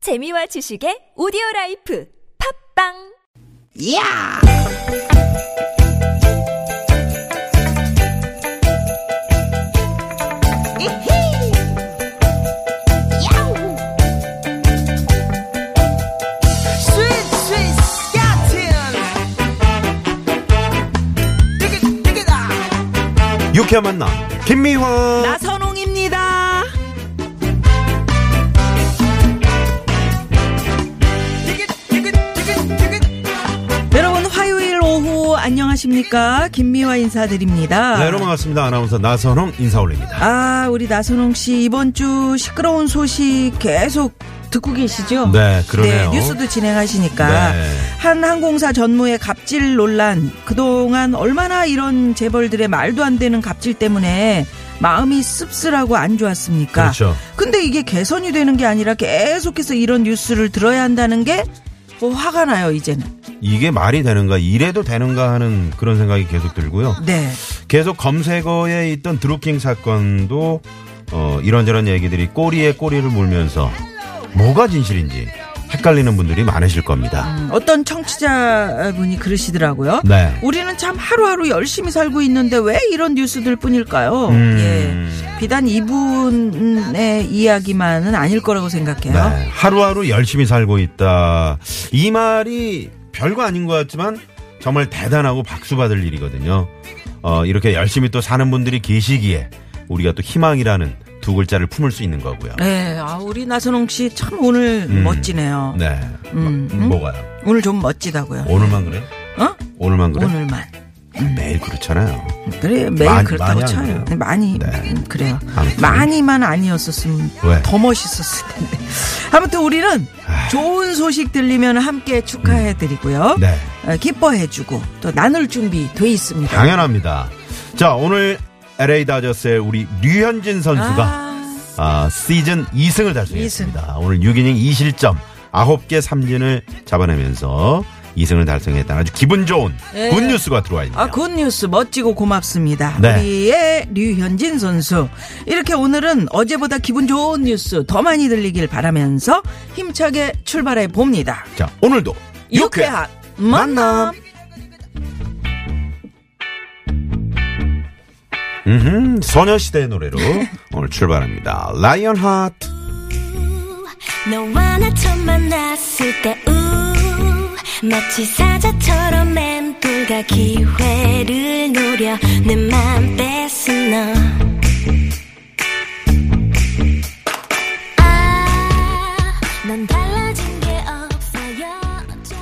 재미와 지식의 오디오 라이프 팝빵 야! 이히! 야우! 스윗, 스윗, 스캇틴! 띠깃, 띠깃아! 유쾌한 만남 김미화 나선홍입니다. 띠깃, 띠깃, 띠깃, 띠깃. 여러분 화요일 오후 안녕하십니까 김미화 인사드립니다. 네, 여러분 반갑습니다 아나운서 나선홍 인사 올립니다 아 우리 나선홍 씨 이번 주 시끄러운 소식 계속 듣고 계시죠? 네, 그러네요. 뉴스도 진행하시니까 네. 한 항공사 전무의 갑질 논란 그동안 얼마나 이런 재벌들의 말도 안 되는 갑질 때문에 마음이 씁쓸하고 안 좋았습니까? 그렇죠. 근데 이게 개선이 되는 게 아니라 계속해서 이런 뉴스를 들어야 한다는 게뭐 화가 나요 이제는. 이게 말이 되는가 이래도 되는가 하는 그런 생각이 계속 들고요 네. 계속 검색어에 있던 드루킹 사건도 어, 이런저런 얘기들이 꼬리에 꼬리를 물면서 뭐가 진실인지 헷갈리는 분들이 많으실 겁니다 어떤 청취자분이 그러시더라고요. 네. 우리는 참 하루하루 열심히 살고 있는데 왜 이런 뉴스들 뿐일까요? 음. 예. 비단 이분의 이야기만은 아닐 거라고 생각해요. 네, 하루하루 열심히 살고 있다 이 말이 별거 아닌 것 같지만 정말 대단하고 박수 받을 일이거든요 어, 이렇게 열심히 또 사는 분들이 계시기에 우리가 또 희망이라는 두 글자를 품을 수 있는 거고요 네, 아, 우리 나선홍 씨 참 오늘 음. 멋지네요. 네. 음, 뭐- 뭐가요? 오늘 좀 멋지다고요. 오늘만 그래? 어? 오늘만 그래? 아, 오늘만. 매일 그렇잖아요. 그래, 매일 많이- 그렇다고 많이 안 쳐요. 그래요? 많이, 네. 음, 그래요. 아무튼. 많이만 아니었었으면 왜? 더 멋있었을 텐데. 아무튼 우리는 아휴. 좋은 소식 들리면 함께 축하해드리고요. 네. 어, 기뻐해주고 또 나눌 준비 돼 있습니다. 당연합니다. 자, 오늘 LA 다저스의 우리 류현진 선수가 아, 아, 시즌 2승을 달성했습니다. 오늘 6이닝 2실점 9개 삼진을 잡아내면서 2승을 달성했다는 아주 기분 좋은 예. 굿뉴스가 들어와 있네요. 아, 굿뉴스 멋지고 고맙습니다. 네. 우리의 류현진 선수. 이렇게 오늘은 어제보다 기분 좋은 뉴스 더 많이 들리길 바라면서 힘차게 출발해 봅니다. 자, 오늘도 유쾌한 만남. 만남. 음흠, 소녀시대의 노래로 오늘 출발합니다. 라이언 하트. 너와 나 처음 만났을 때 우, 마치 사자처럼 맴돌다 기회를 노려 내맘 뺏은 너 아, 넌 달라진 게 없어요 어차피.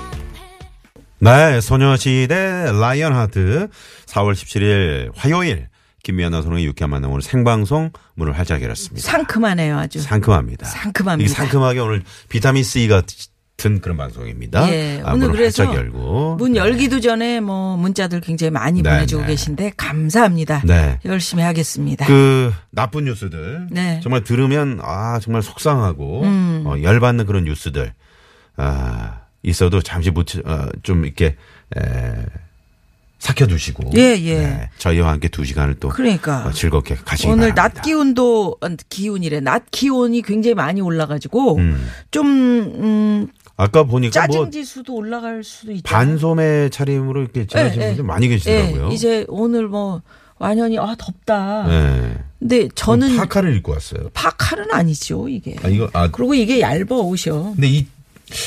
네, 소녀시대 라이언 하트 4월 17일 화요일 김미연 아나운서의 유쾌한 만남 오늘 생방송 문을 활짝 열었습니다. 상큼하네요, 아주. 상큼합니다. 상큼합니다. 이게 상큼하게 오늘 비타민 C 같은 그런 방송입니다. 예, 아, 오늘 문을 그래서 활짝 열고 문 네. 열기도 전에 뭐 문자들 굉장히 많이 네, 보내주고 네. 계신데 감사합니다. 네. 열심히 하겠습니다. 그 나쁜 뉴스들 네. 음. 정말 들으면 아 정말 속상하고 어, 열받는 그런 뉴스들 아 있어도 잠시 묻히, 어, 좀 이렇게 에, 삭혀두시고 네. 예, 예. 저희와 함께 두 시간을 또 그러니까. 어, 즐겁게 가시기 오늘 바랍니다. 낮 기온도 어, 기온이래 낮 기온이 굉장히 많이 올라가지고 좀 음, 아까 보니까 뭐 짜증 지수도 올라갈 수도 있죠. 반소매 차림으로 이렇게 지나시는 예, 분들 많이 계시더라고요. 예, 이제 오늘 뭐 완연히 아 덥다. 예. 근데 저는 파카를 입고 왔어요. 파카는 아니죠 이게. 아 이거 아 그리고 이게 얇아 옷이요. 근데 이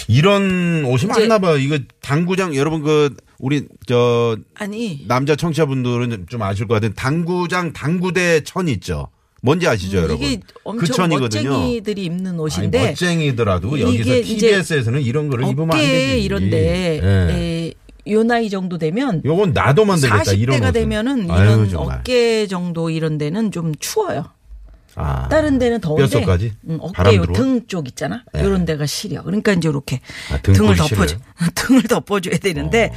이런 옷이 이제- 많나 봐요. 이거 당구장 여러분 그 우리 저 아니 남자 청취자분들은 좀 아실 것 같은 당구장 당구대 천 있죠. 뭔지 아시죠, 여러분? 음, 이게 그 엄청 천이거든요. 멋쟁이들이 입는 아니, 옷인데 멋쟁이더라도 이게 여기서 이제 TBS에서는 이런 거를 입으면 안 어깨 되지. 이런데 예. 에, 요 나이 정도 되면 요건 나도 만들겠다 이런 40대가 옷은. 되면은 아유, 이런 정말. 어깨 정도 이런 데는 좀 추워요. 아. 다른 데는 더운데 뼛속까지? 응, 바람 어깨 들어와? 예. 등 쪽 있잖아. 요 이런 데가 시려. 그러니까 이제 이렇게 아, 등 등을 쪽이 덮어줘. 등을 덮어줘야 되는데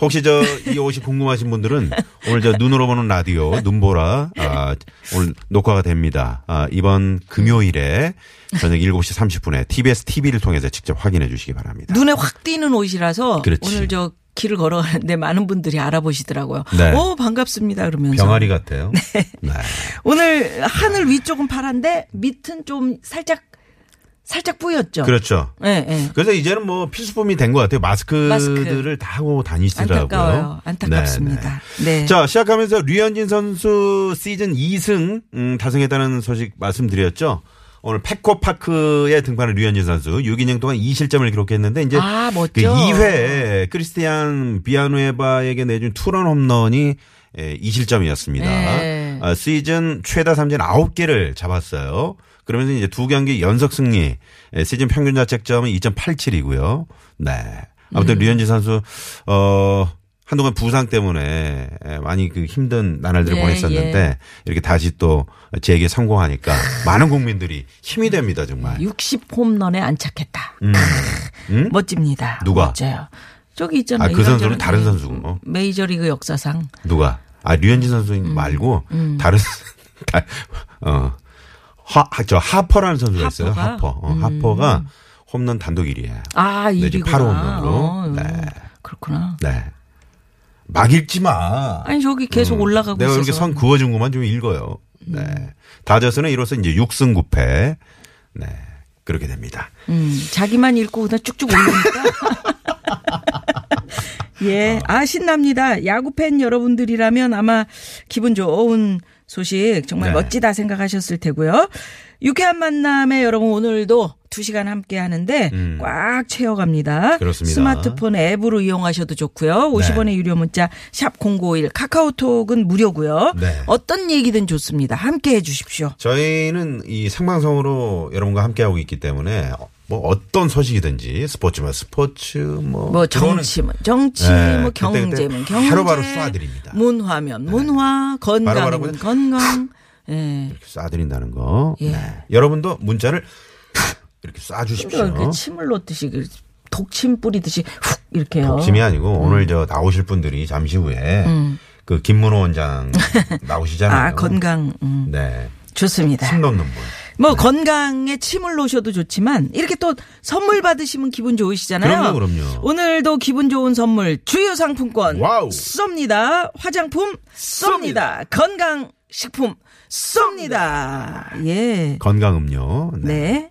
혹시 저 이 옷이 궁금하신 분들은 오늘 저 눈으로 보는 라디오 눈보라 아, 오늘 녹화가 됩니다. 아, 이번 금요일에 저녁 7시 30분에 TBS TV를 통해서 직접 확인해 주시기 바랍니다. 눈에 확 띄는 옷이라서 그렇지. 오늘 저 길을 걸어가는데 많은 분들이 알아보시더라고요. 네. 오 반갑습니다 그러면서 병아리 같아요. 네. 오늘 하늘 위쪽은 파란데 밑은 좀 살짝 살짝 뿌였죠. 그렇죠. 예, 예. 그래서 이제는 뭐 필수품이 된 것 같아요. 마스크들을 마스크. 다 하고 다니시더라고요. 안타까워요. 네, 안타깝습니다. 네. 네. 자, 시작하면서 류현진 선수 시즌 2승 음, 달성했다는 소식 말씀드렸죠. 오늘 페코파크에 등판한 류현진 선수 6이닝 동안 2실점을 기록했는데 이제 아, 그 멋져. 2회 예, 크리스티안 비아누에바에게 내준 투런 홈런이 2실점이었습니다. 네. 아, 시즌 최다 삼진 9개를 잡았어요. 그러면서 이제 두 경기 연속 승리. 예, 시즌 평균 자책점은 2.87이고요. 네. 음. 아무튼 류현진 선수 어 한동안 부상 때문에 예, 많이 그 힘든 나날들을 예, 아. 보냈었는데 이렇게 다시 또 제게 성공하니까 많은 국민들이 힘이 됩니다 정말. 60 홈런에 안착했다. 음. 음? 멋집니다. 누가? 멋져요. 저기 있잖아요. 아, 그 선수는 이런저런 다른 선수고. 메이저리그 역사상. 누가? 아 류현진 선수 음. 말고 다른 다, 어. 하, 하- 저 하퍼라는 선수가 있어요. 하퍼가? 음. 하퍼. 어, 하퍼가 홈런 단독 1위야. 아, 네, 지금 1위구나. 팔호 홈런으로. 어, 네. 그렇구나. 네. 막 읽지 마. 아니, 저기 계속 올라가고 음. 내가 있어서. 음. 이렇게 선 그어준 것만 좀 읽어요. 네. 다저스는 이로써 이제 6승 9패. 네. 그렇게 됩니다. 음, 자기만 읽고 그냥 쭉쭉 올리니까. 예, 아, 신납니다. 야구팬 여러분들이라면 아마 기분 좋은 소식 정말 네. 멋지다 생각하셨을 테고요. 유쾌한 만남에 여러분 오늘도 두시간 함께 하는데 꽉 채워갑니다. 음. 그렇습니다. 네. 스마트폰 앱으로 이용하셔도 좋고요. 50원의 유료 문자 샵 051, 카카오톡은 무료고요. 네. 어떤 얘기든 좋습니다. 함께 해 주십시오. 저희는 이 생방송으로 여러분과 함께하고 있기 때문에 뭐 어떤 소식이든지 스포츠면 스포츠 뭐. 뭐 들어오는 정치면 정치, 네, 뭐 그때 그때 경제면 경제, 바로바로 쏴드립니다. 네. 문화면 문화, 바로바로 건강은 문- 건강. 예. 이렇게 쏴드린다는 거. 예. 네. 여러분도 문자를 이렇게 그렇죠. 이렇게 쏴주십시오. 그러니까 침을 넣듯이 그 독침 뿌리듯이 훅 이렇게요. 독침이 아니고 오늘 저 나오실 분들이 잠시 후에 그 김문호 원장 나오시잖아요. 음. 아 건강 음, 네. 좋습니다. 숨 넘는 분. 뭐 건강에 침을 놓으셔도 좋지만 이렇게 또 선물 받으시면 기분 그럼요, 좋으시잖아요. 그럼요. 네. 오늘도 기분 좋은 선물 주요 상품권 와우. 쏩니다. 화장품 쏩니다. 건강 식품 쏩니다. 예. 건강 음료. 네.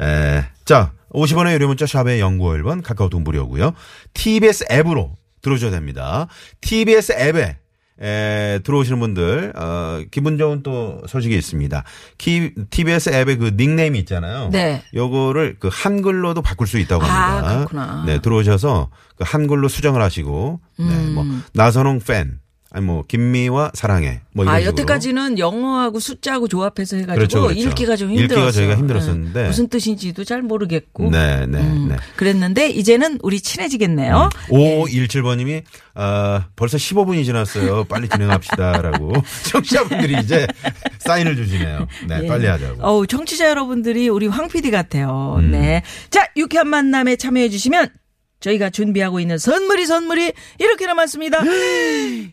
에, 자, 50원의 유료 문자 샵의 0951번 카카오톡 무료고요. TBS 앱으로 들어오셔야 됩니다. TBS 앱에 에, 들어오시는 분들 어, 기분 좋은 또 소식이 있습니다. 키, TBS 앱의 그 닉네임이 있잖아요. 네. 요거를 그 한글로도 바꿀 수 있다고 아, 합니다. 그렇구나. 네, 들어오셔서 그 한글로 수정을 하시고 음. 네, 뭐 나선홍 팬 아니 뭐 김미와 사랑해 뭐 이런 아, 식으로. 여태까지는 영어하고 숫자하고 조합해서 해가지고 그렇죠, 그렇죠. 읽기가 좀 읽기가 힘들었어요. 저희가 힘들었었는데. 네. 무슨 뜻인지도 잘 모르겠고. 네, 네, 음, 음, 네. 그랬는데 이제는 우리 친해지겠네요. 5517번님이 아, 벌써 15분이 지났어요. 빨리 진행합시다라고 청취자분들이 이제 사인을 주시네요. 네, 예. 빨리 하자고. 음. 어우, 청취자 여러분들이 우리 황 PD 같아요. 네. 자, 유쾌한 만남에 참여해 주시면 저희가 준비하고 있는 선물이 선물이 이렇게나 많습니다. 네.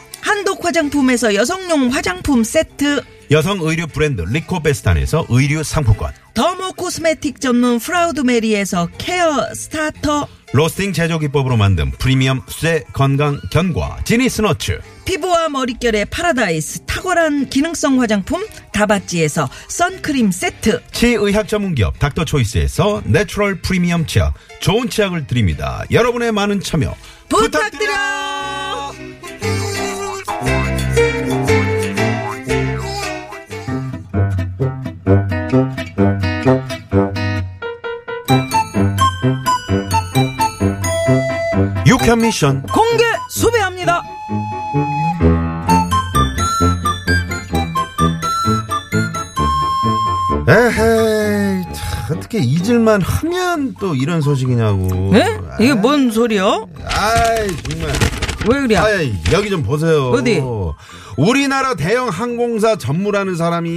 한독 화장품에서 여성용 화장품 세트 여성 의류 브랜드 리코베스탄에서 의류 상품권 더모 코스메틱 전문 프라우드 메리에서 케어 스타터 로스팅 제조 기법으로 만든 프리미엄 쇠 건강 견과 지니스 너츠 피부와 머릿결의 파라다이스 탁월한 기능성 화장품 다바찌에서 선크림 세트 치의학 전문기업 닥터 초이스에서 내추럴 프리미엄 치약 좋은 치약을 드립니다. 여러분의 많은 참여 부탁드려 유캔 미션 공개 수배합니다 에헤이 참, 어떻게 잊을만 하면 또 이런 소식이냐고 네? 이게 뭔 소리요? 아이 정말 왜 그래? 아이 여기 좀 보세요 어디? 우리나라 대형 항공사 전무라는 사람이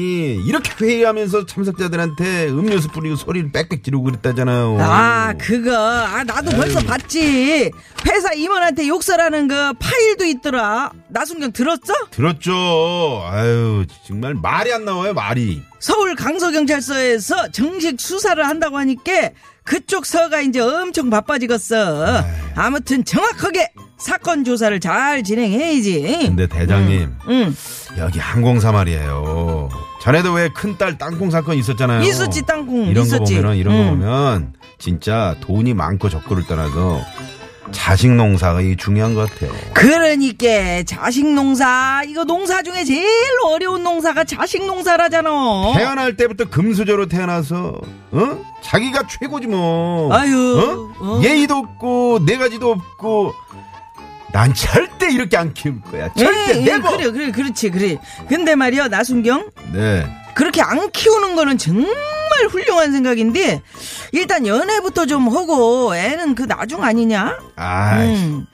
이렇게 회의하면서 참석자들한테 음료수 뿌리고 소리를 빽빽 지르고 그랬다잖아요. 아, 그거. 아, 나도 벌써 봤지. 회사 임원한테 욕설하는 그 파일도 있더라. 나순경 들었어? 들었죠. 아유, 정말 말이 안 나와요, 말이. 서울 강서경찰서에서 정식 수사를 한다고 하니까 그쪽 서가 이제 엄청 바빠지겠어. 아무튼 정확하게 사건 조사를 잘 진행해야지. 근데 대장님, 응. 여기 항공사 말이에요. 전에도 왜 큰딸 땅콩 사건 있었잖아요. 있었지, 땅콩. 어, 이런 있었지. 음. 거 보면은 이런 응. 거 보면 진짜 돈이 많고 적고를 떠나서 자식 농사가 이게 중요한 것 같아요. 그러니까 자식 농사 이거 농사 중에 제일 어려운 농사가 자식 농사라잖아. 태어날 때부터 금수저로 태어나서 어? 자기가 최고지 뭐. 아유, 어? 어. 예의도 없고 네 가지도 없고 난 절대 이렇게 안 키울 거야. 절대 응, 응, 내버. 음, 예, 그래 그래 그렇지 그래. 근데 말이야 나순경 네. 그렇게 안 키우는 거는 정말 훌륭한 생각인데 일단 연애부터 좀 하고 애는 그 나중 아니냐? 아이, 음.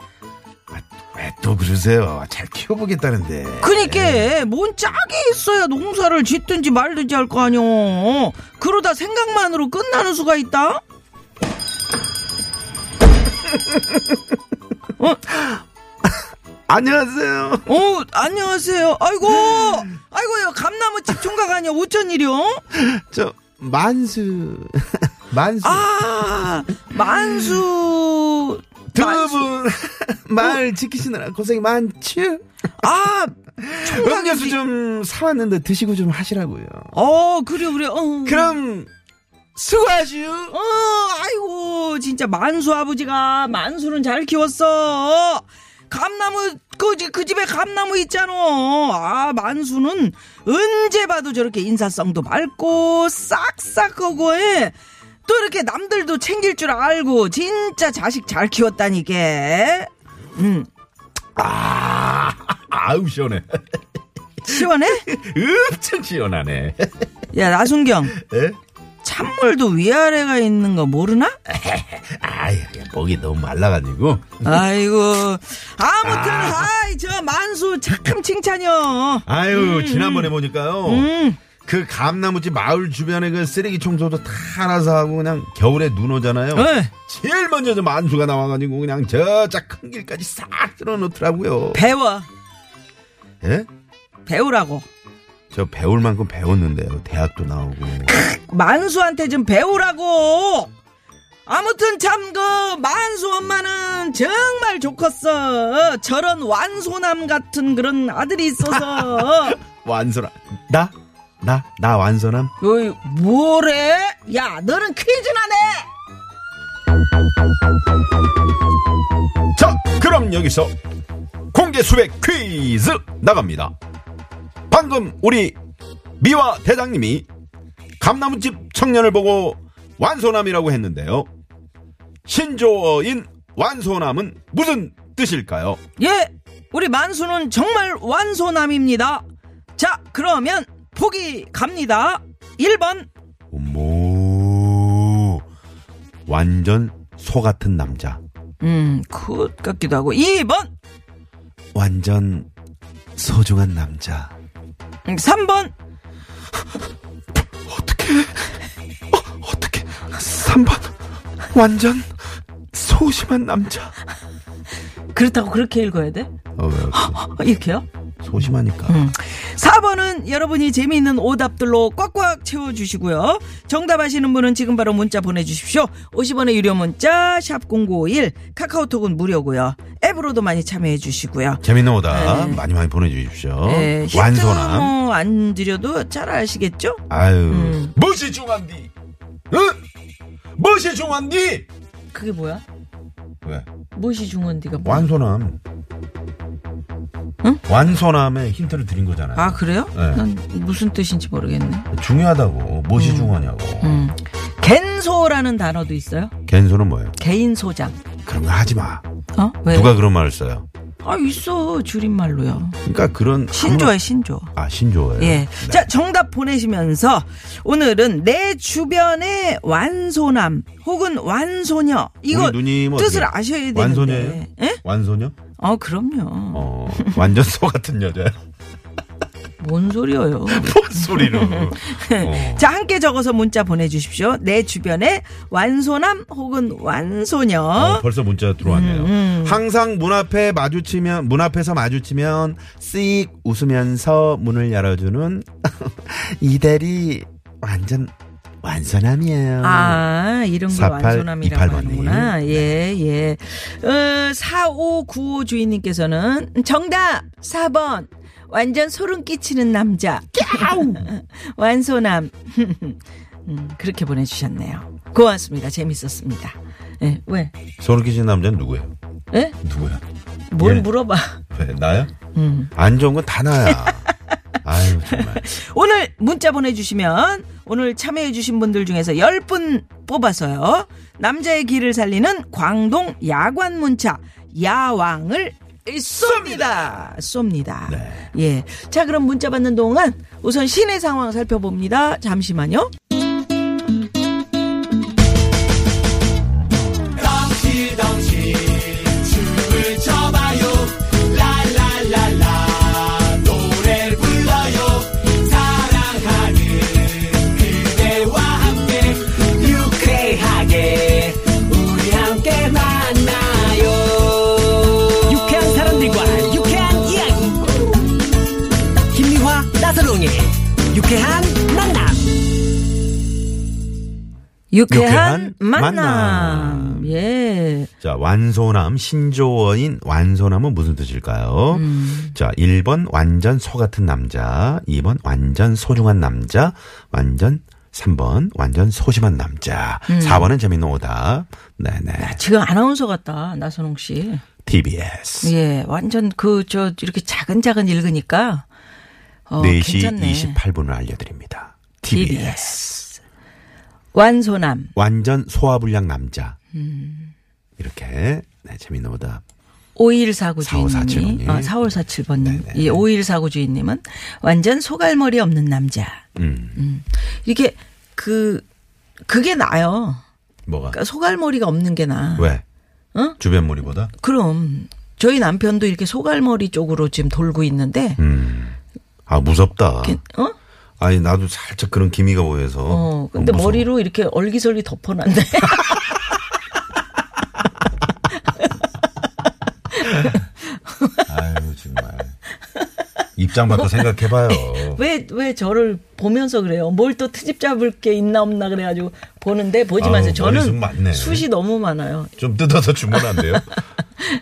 왜 또 그러세요? 잘 키워보겠다는데. 예. 그니까 그러니까 뭔 짝이 있어야 농사를 짓든지 말든지 할 거 아니오. 그러다 생각만으로 끝나는 수가 있다. 안녕하세요. 어 안녕하세요. 아이고 아이고요 감나무집 총각 아니야 어쩐 일이요? 저 만수 만수 아 만수 두 분 말 지키시느라 고생이 많죠. 아 음료수 총각이지. 좀 사왔는데 드시고 좀 하시라고요. 어 그래 그래. 어. 그럼 수고하시오. 어, 아이고, 진짜 만수 아버지가 만수는 잘 키웠어. 감나무, 그, 지- 그 집에 감나무 있잖아. 아, 만수는 언제 봐도 저렇게 인사성도 맑고, 싹싹하고, 예. 또 이렇게 남들도 챙길 줄 알고, 진짜 자식 잘 키웠다니까. 음, 아, 아우 시원해. 시원해? 엄청 시원하네. 야, 나순경. 에? 찬물도 위아래가 있는 거 모르나? 아이, 목이 너무 말라가지고. 아이고. 아무튼, 아이, 저 만수 참 칭찬이요. 아유, 지난번에 보니까요. 음. 그 감나무집 마을 주변에 그 쓰레기 청소도 다 알아서 하고 그냥 겨울에 눈 오잖아요. 네. 제일 먼저 저 만수가 나와가지고 그냥 저짝 큰 길까지 싹 쓸어놓더라고요. 배워 예? 배우라고 저 배울 만큼 배웠는데요. 대학도 나오고. 만수한테 좀 배우라고 아무튼 참 그 만수 엄마는 정말 좋겠어 저런 완소남 같은 그런 아들이 있어서 완소라. 나? 나? 나 완소남? 어이 뭐래 야 너는 퀴즈나 내 자, 그럼 여기서 공개 수백 퀴즈 나갑니다. 방금 우리 미화 대장님이 감나무집 청년을 보고 완소남이라고 했는데요. 신조어인 완소남은 무슨 뜻일까요? 예 우리 만수는 정말 완소남입니다 자 그러면 포기 갑니다 1번 어머, 뭐, 완전 소 같은 남자. 음굿 같기도 하고 2번 완전 소중한 남자. 음, 3번 어떻게 어떻게 3번 완전 소심한 남자 그렇다고 그렇게 읽어야 돼? 어, 왜, 그 어, 이렇게요? 소심하니까 음. 4번은 여러분이 재미있는 오답들로 꽉꽉 채워주시고요. 정답하시는 분은 지금 바로 문자 보내주십시오. 50원의 유료 문자 샵 #0951 카카오톡은 무료고요. 앱으로도 많이 참여해주시고요. 예, 재밌는 오다 네. 많이 많이 보내주십시오 어? 완소남 뭐안 드려도 잘 아시겠죠? 아유 음. 무엇이 중요한디 응? 무엇이 중요한디 그게 뭐야? 왜 무엇이 중원디가 뭐야? 완소남 응? 완소남에 힌트를 드린 거잖아요 아 그래요? 네. 난 무슨 뜻인지 모르겠네. 중요하다고 무엇이 중요하냐고 음. 갠소라는 단어도 있어요. 갠소는 뭐예요 개인 소장. 그런 거 하지 마 어? 왜? 누가 그런 말을 써요 아 있어 줄임말로요. 그러니까 그런 신조야 신조. 아무런- 아 신조예요 네. 예. 자, 정답 보내시면서 오늘은 내 주변의 완소남 혹은 완소녀 이거 우리 누님은 뜻을 어떻게- 아셔야 되는데. 완소녀예요? 예? 완소녀? 어, 그럼요. 어, 완전 소 같은 여자야. 뭔 소리예요? 뭔 소리로. 어. 자, 함께 적어서 문자 보내주십시오. 내 주변에 완소남 혹은 완소녀. 어, 벌써 문자 음, 들어왔네요. 항상 문 앞에 마주치면 문 앞에서 마주치면 씩 웃으면서 문을 열어주는 이대리 완전 완선함이에요. 아, 음. 이런 걸 48, 완소남이라고 28 번님. 네. 하는구나. 예, 예. 어, 4595 주인님께서는 정답 4번. 완전 소름 끼치는 남자. 완소남. 음, 그렇게 보내주셨네요. 고맙습니다. 재밌었습니다. 예, 왜? 소름 끼치는 남자는 누구예요? 예? 누구야? 뭘 예. 물어봐. 왜 나요? 음. 안 좋은 건 다 나야. 아유 정말. 오늘 문자 보내주시면 오늘 참여해주신 분들 중에서 10분 뽑아서요. 남자의 길을 살리는 광동 야관 문자 야왕을 쏩니다. 쏩니다. 네. 예. 자, 그럼 문자 받는 동안 우선 시내 상황 살펴봅니다. 잠시만요. 유쾌하게 우리 함께 만나요 유쾌한 사람들과 유쾌한 이야기 김미화 나선홍의 유쾌한 만남 유쾌한, 유쾌한 만남. 만남. 예. 자 완소남 신조어인 완소남은 무슨 뜻일까요? 음. 자 1번 완전 소 같은 남자, 2번 완전 소중한 남자, 완전 3번 완전 소심한 남자, 음. 4번은 재밌는 오답. 네네. 지금 아나운서 같다. 나선홍 씨. TBS. 예. 완전 그, 저, 이렇게 작은작은 읽으니까. 어, 4시 괜찮네. 28분을 알려드립니다. TBS. TBS. 완소남. 완전 소화불량 남자. 음. 이렇게 네, 재밌는 오답. 5149 4547 주인님이. 번님. 네, 어, 4147번님. 이 5149 주인님은 완전 소갈머리 없는 남자. 음, 이게 그, 그게 나요. 뭐가? 그러니까 소갈머리가 없는 게 나. 왜? 응? 주변 무리보다? 그럼 저희 남편도 이렇게 소갈머리 쪽으로 지금 돌고 있는데, 음. 아, 무섭다. 이렇게, 어? 아니, 나도 살짝 그런 기미가 보여서. 어, 근데 어, 무서워. 머리로 이렇게 얼기설기 덮어놨네. 아유, 정말. 입장밖에 생각해봐요. 왜, 왜 저를 보면서 그래요? 뭘 또 트집 잡을 게 있나 없나 그래가지고 보는데 보지 아우, 마세요. 머리숱 많네. 저는 숱이 너무 많아요. 좀 뜯어서 주문 안 돼요?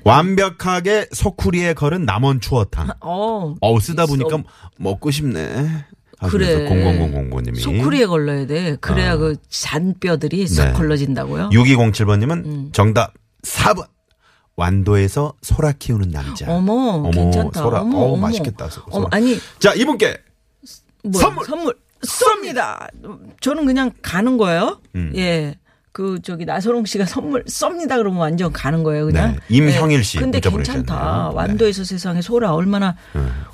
완벽하게 소쿠리에 걸은 남원 추어탕. 어. 어우, 쓰다 보니까 먹고 싶네. 그래. 하면서 0000님이. 소쿠리에 걸러야 돼. 그래야 그 잔뼈들이 어. 네. 쏙 걸러진다고요? 6207번님은 음. 정답 4번. 완도에서 소라 키우는 남자. 어머, 괜찮다. 소라. 어머, 어우, 어머. 맛있겠다. 소- 어머, 소라. 아니, 자, 이분께. 뭐 선물! 선물! 쏩니다. 저는 그냥 가는 거예요. 음. 예. 그 저기 나선홍 씨가 선물 쏩니다 그러면 완전 가는 거예요 그냥. 네. 임형일 씨 근데 문자 괜찮다. 보내주셨네요. 완도에서 세상에 소라 얼마나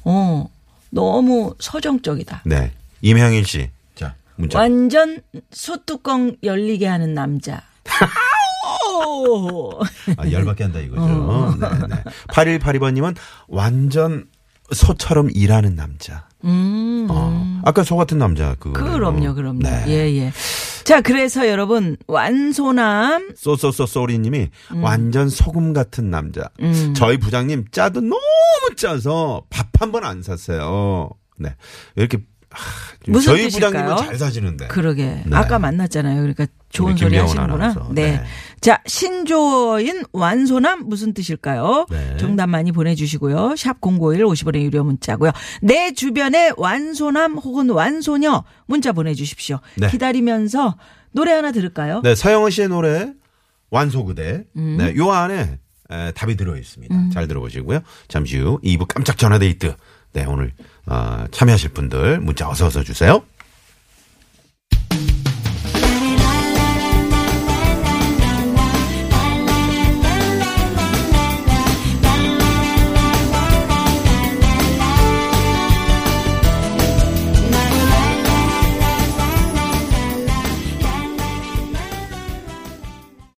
어 너무 서정적이다. 네. 임형일 씨. 자, 문자. 완전 소뚜껑 열리게 하는 남자. 아우! 아, 열받게 한다 이거죠. 어. 네, 네. 8182번님은 완전 소처럼 일하는 남자. 음. 어. 아까 소 같은 남자. 그 그럼요, 그럼요. 네. 예, 예. 자, 그래서 여러분, 완소남, 네. 쏘쏘쏘 쏘리님이 음. 완전 소금 같은 남자. 저희 부장님 짜도 너무 짜서 밥 한 번 안 샀어요. 네 이렇게 하, 무슨 저희 뜻일까요? 부장님은 잘 사시는데. 그러게. 네. 아까 만났잖아요. 그러니까 좋은 우리 소리 김여운 하시는구나. 아나운서. 네. 네. 자, 신조어인 완소남 무슨 뜻일까요? 네. 정답 많이 보내주시고요. 샵 051, 50원의 유료 문자고요. 내 주변에 완소남 혹은 완소녀 문자 보내주십시오. 네. 기다리면서 노래 하나 들을까요? 네 서영은 씨의 노래 완소 그대. 네요 안에 에, 답이 들어 있습니다. 잘 들어보시고요. 잠시 후 2부 깜짝 전화데이트. 네 오늘 어, 참여하실 분들 문자 어서 어서 주세요.